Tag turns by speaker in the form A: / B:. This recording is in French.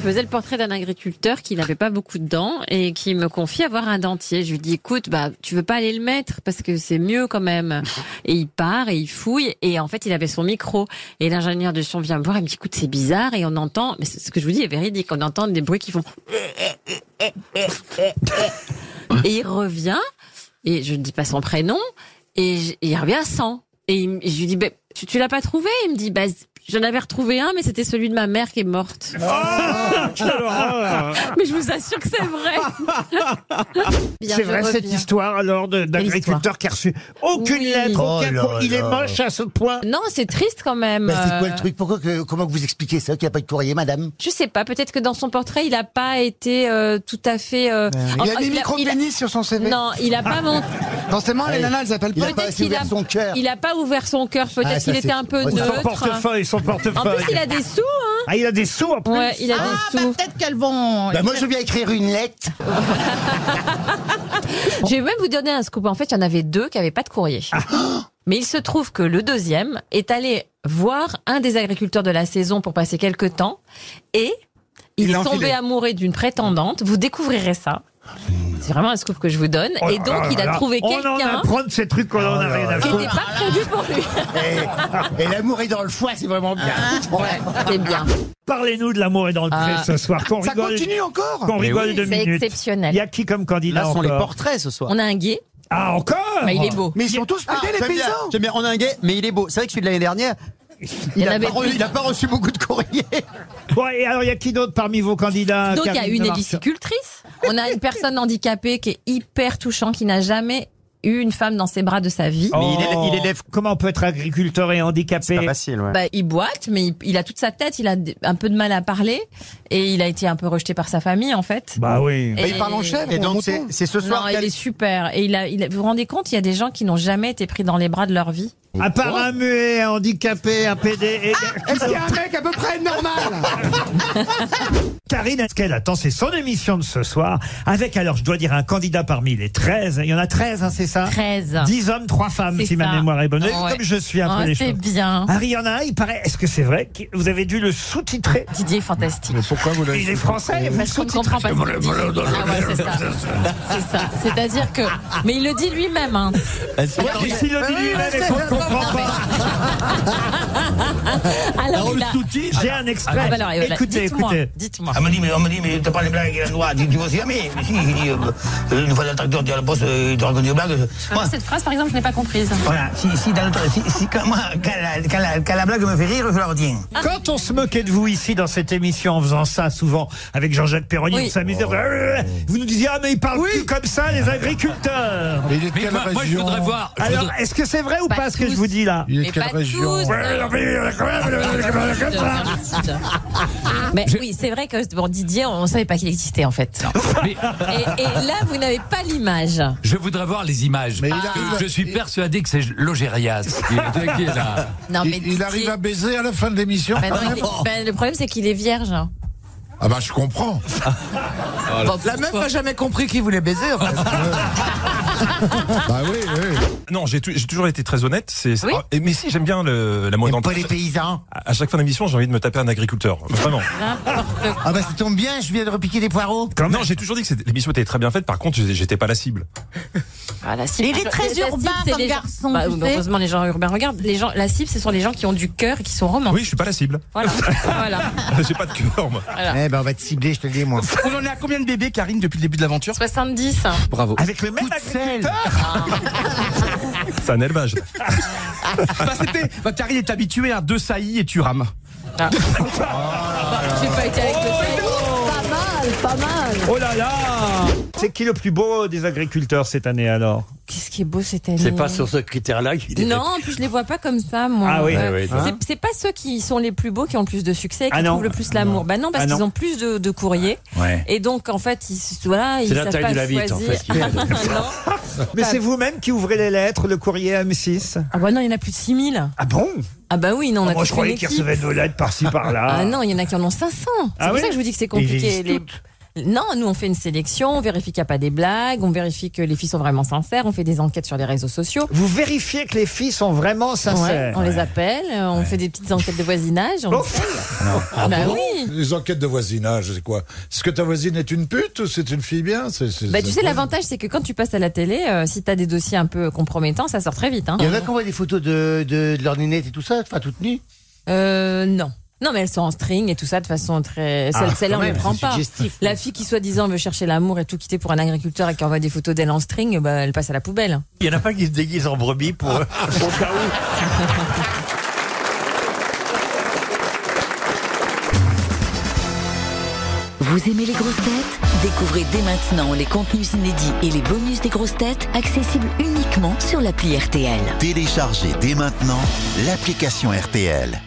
A: faisais le portrait d'un agriculteur qui n'avait pas beaucoup de dents et qui me confie avoir un dentier. Je lui dis, écoute, bah, tu veux pas aller le mettre parce que c'est mieux quand même. Et il part et il fouille et en fait, il avait son micro. Et l'ingénieur de son vient me voir et me dit, écoute, c'est bizarre et on entend, mais ce que je vous dis est véridique, on entend des bruits qui font et il revient, et je ne dis pas son prénom, et je- il revient sans. Et il me- je lui dis, Ben, tu, tu l'as pas trouvé Il me dit, bah, j'en avais retrouvé un, mais c'était celui de ma mère qui est morte. Ah, mais je vous assure que c'est vrai. Bien,
B: C'est
A: je
B: vrai cette
A: reviens.
B: histoire alors de- d'agriculteur qui a reçu aucune
A: Oui.
B: lettre,
C: Oh
B: aucun
C: là
B: cour- Il est
C: là.
B: moche à ce point.
A: Non, c'est triste quand même.
C: Bah, c'est quoi
A: Euh,
C: le truc Pourquoi que- Comment vous expliquez ça qu'il n'y a pas de courrier, madame
A: Je sais pas, peut-être que dans son portrait, il a pas été euh, tout à fait. euh, en-
D: Il a mis
A: il a-
D: micro
A: il a-
D: pénis sur son CV.
A: Non, il a pas montré.
D: Forcément,
A: Ah
D: les nanas, elles appellent
C: Il
D: pas.
C: a pas
A: Peut-être
C: assez
A: qu'il
C: ouvert
A: a-
C: son cœur.
A: Il a pas ouvert son cœur, peut-être
C: Ah, ça,
A: qu'il
C: c'est-
A: était un peu
C: Son
B: Son
A: neutre.
B: portefeuille, son
A: En plus,
B: portefeuille.
A: il a des sous, hein
B: Ah, il a des sous en plus.
A: Ouais, il a
E: Ah,
A: des
E: bah
A: sous.
E: peut-être qu'elles vont.
C: Bah, moi, je veux bien écrire une lettre.
A: Je vais même vous donner un scoop. En fait, il y en avait deux qui n'avaient pas de courrier. Mais il se trouve que le deuxième est allé voir un des agriculteurs de la saison pour passer quelques temps et il,
D: Il l'a
A: est tombé
D: enfilé.
A: amoureux d'une prétendante. Vous découvrirez ça. C'est vraiment un scoop que je vous donne.
B: Oh
A: et
B: là
A: donc,
B: là
A: il
B: là.
A: a trouvé
B: On en
A: quelqu'un
B: apprend de ces trucs qu'on en a
C: là
B: rien à
C: là.
A: qui
B: foutre.
A: n'était pas prévu pour lui.
C: Et, et l'amour est dans le foie, c'est vraiment bien.
A: Ah. C'est bien.
B: Parlez-nous de l'amour et dans le pré
A: Ah.
B: ce soir. Qu'on
D: Ça
B: rigole,
D: continue encore
B: qu'on rigole deux
A: C'est
B: minutes. Il y
A: exceptionnel.
B: a qui comme candidat
F: Là, ce sont les
B: encore
F: portraits ce soir.
A: On a un gay,
B: Ah, encore
A: mais Bah, il est beau.
D: Mais ils sont tous
A: Ah.
D: pédés, les
F: j'aime bien,
D: paysans
F: j'aime bien. On a un gay, mais il est beau. C'est vrai que celui de l'année dernière,
A: Il y
F: il
A: en
F: n'a
A: avait
F: pas, re- il a pas reçu beaucoup de courriers.
B: Bon, et alors, il y a qui d'autre parmi vos candidats
A: Donc il y a
B: Ah, Karine
A: une
B: Demarche
A: hélicicultrice. On a une personne handicapée qui est hyper touchante, qui n'a jamais eu une femme dans ses bras de sa vie.
B: Oh.
F: Mais il est- il élève-
B: Comment on peut être agriculteur et handicapé
F: facile, ouais.
A: Bah, il boite, mais il, il a toute sa tête, il a d- un peu de mal à parler et il a été un peu rejeté par sa famille en fait.
B: Bah oui.
A: Et-
D: Bah, Ils parlent en chèvre.
F: Et
D: ou en
F: donc, c'est
D: mouton.
F: c'est ce
A: Non,
F: soir
A: il
F: qu'elle-
A: est super. Et il a, il a- vous vous rendez compte, il y a des gens qui n'ont jamais été pris dans les bras de leur vie.
B: À part un muet, un handicapé, un PD. Et...
D: Est-ce qu'il y a un mec à peu près normal
B: Karine, est-ce qu'elle attend C'est son émission de ce soir. Avec, alors, je dois dire, un candidat parmi les 13. Il y en a 13, hein, c'est ça
A: 13.
B: 10 hommes, 3 femmes,
A: C'est
B: si ma
A: ça.
B: mémoire est bonne.
A: Ouais. Oh,
B: Comme je suis un peu les
A: c'est
B: choses. Ah.
A: bien.
B: Harry, il y en a un, il paraît. Est-ce que c'est vrai que Vous avez dû le sous-titrer
A: Didier est fantastique.
D: Pourquoi vous
B: Il est français, vous
A: Parce qu'on ne
B: sous-titrez.
A: comprend pas. ce qu'il dit. Ah ouais, c'est ça. C'est ça. C'est-à-dire que, mais il le dit lui-même. hein.
B: Et si le dit
A: Ah,
B: lui-même et qu'on ne comprend pas,
A: Alors, il a-
B: j'ai un extrait.
A: Ah bah alors, et voilà.
B: écoutez,
A: Dites-moi,
B: écoutez.
A: Dites-moi.
G: On Ah, me dit, mais on me dit, mais t'as pas les blagues avec la noix. Tu, tu vois, si jamais. Mais si, il dit, euh, euh, une fois dans le tracteur, tu as le boss, euh, tu racontes des blagues.
A: Ah,
G: Moi,
H: Cette phrase, par exemple, je n'ai pas comprise.
G: voilà, si, si, dans le, tra- si, si quand, moi, quand, la, quand, la, quand la blague me fait rire, je la retiens.
B: Quand on se moquait de vous ici dans cette émission en faisant ça souvent avec Jean-Jacques Perroni,
A: Oui.
B: on s'amusait, vous nous disiez ah mais ils parlent plus comme ça les agriculteurs.
D: Il est de quelle région
B: Alors est-ce que c'est vrai ou pas,
A: Pas
B: ce que je
A: tous.
B: vous dis là
D: Il est
A: Mais
D: de quelle
A: pas
D: région
A: tous. hein,
B: euh,
A: Mais oui, c'est vrai que bon, Didier, on ne savait pas qu'il existait en fait.
I: Mais
A: Et, et là, vous n'avez pas l'image.
I: je voudrais voir les images.
D: Mais il
I: parce que
D: arrive-
I: je suis persuadé que c'est Logérias qui est, qui est là.
A: Non,
D: Il,
A: mais
D: il
A: Didier-
D: arrive à baiser à la fin de l'émission
A: Bah non, il est-
E: Oh.
A: bah, le problème, c'est qu'il est vierge.
D: Ah bah je comprends.
F: La meuf n'a jamais compris qu'il voulait baiser. en fait.
D: Bah oui, oui.
J: Non, j'ai tu- j'ai toujours été très honnête. C'est c'est-
A: Oui.
J: Ah, et- mais si j'aime bien le, la mode
C: Aime pas
J: d'entreprise.
C: les paysans.
J: À à chaque fin d'émission, j'ai envie de me taper un agriculteur. Vraiment.
C: Ah bah ça tombe bien, je viens de repiquer des poireaux.
J: non, j'ai toujours dit que c'était- l'émission était très bien faite. Par contre, j'ai- j'étais pas la cible.
E: Il est très urbain comme
A: c'est Ah, les gens-
E: garçon,
A: Bah,
E: tu sais.
A: heureusement, les gens urbains regardent. Les gens, la cible, ce sont les gens qui ont du cœur et qui sont romans.
J: Oui, je suis pas la cible.
A: Voilà. voilà.
J: j'ai pas de cœur, moi.
C: Eh ben on va te cibler, je te le dis moi.
F: On en est à combien de bébés, Karine, depuis le début de l'aventure Ah,
A: 70. hein.
F: Bravo.
B: Avec le
C: Ah,
B: même
J: C'est un élevage.
F: Bah, c'était- bah, Karine est habituée à deux saillies et tu rames.
A: J'ai pas été avec le
B: Oh là là C'est qui le plus beau des agriculteurs cette année alors
A: Qu'est-ce qui est beau cette année
K: C'est pas sur ce critère-là qu'il est.
A: Non, en plus je les vois pas comme ça, moi.
B: Ah oui.
A: Euh,
B: Ah
K: oui,
A: c'est- c'est pas ceux qui sont les plus beaux qui ont le plus de succès, qui
B: Ah non.
A: trouvent le plus l'amour. Bah non, parce
B: Ah non. Ah,
A: qu'ils ont plus de, de courriers. Et donc en fait, ils, se- voilà, ils
K: C'est la
A: savent
K: taille
A: pas
K: de la bite, en
A: choisir.
K: fait, qui fait.
A: non.
B: Mais c'est vous-même qui ouvrez les lettres, le courrier M6
A: Ah bah non, il y en a plus de 6000
B: Ah bon
A: Ah bah oui, non, on a
B: Oh, Moi
A: toute
B: je
A: une
B: croyais qu'ils
A: équipe.
B: recevaient nos lettres par-ci par-là.
A: Ah non, il y en a qui en ont 500. C'est
B: Ah
A: pour
B: oui
A: ça que je vous dis que c'est
B: Ils
A: compliqué.
B: lisent
A: Les,
B: toutes.
A: Non, nous on fait une sélection, on vérifie qu'il n'y a pas des blagues, on vérifie que les filles sont vraiment sincères, on fait des enquêtes sur les réseaux sociaux.
B: Vous vérifiez que les filles sont vraiment
A: Ouais,
B: sincères.
A: on les appelle, euh, on fait des petites enquêtes de voisinage.
B: Oh,
A: on-
B: ah
A: bah oui.
D: Les enquêtes de voisinage, c'est quoi Est-ce que ta voisine est une pute ou c'est une fille bien C'est- c'est-
A: Bah, tu
D: c'est-
A: sais, l'avantage, c'est que quand tu passes à la télé, euh, si t'as des dossiers un peu compromettants, ça sort très vite. Hein.
C: Il y en a qui envoient des photos de, de, de leur nénette et tout ça, enfin toutes nues.
A: Euh, non. Non, mais elles sont en string et tout ça de façon très.
C: Ah,
A: Celle- Celle-là,
C: quand
A: on ne
C: même,
A: prend
C: c'est
A: pas.
C: suggestif.
A: La fille qui, soi-disant, veut chercher l'amour et tout quitter pour un agriculteur et qui envoie des photos d'elle en string, bah, elle passe à la poubelle.
L: Il n'y en a pas qui se déguisent en brebis pour, au cas où.
M: Vous aimez les grosses têtes Découvrez dès maintenant les contenus inédits et les bonus des grosses têtes accessibles uniquement sur l'appli RTL.
N: Téléchargez dès maintenant l'application RTL.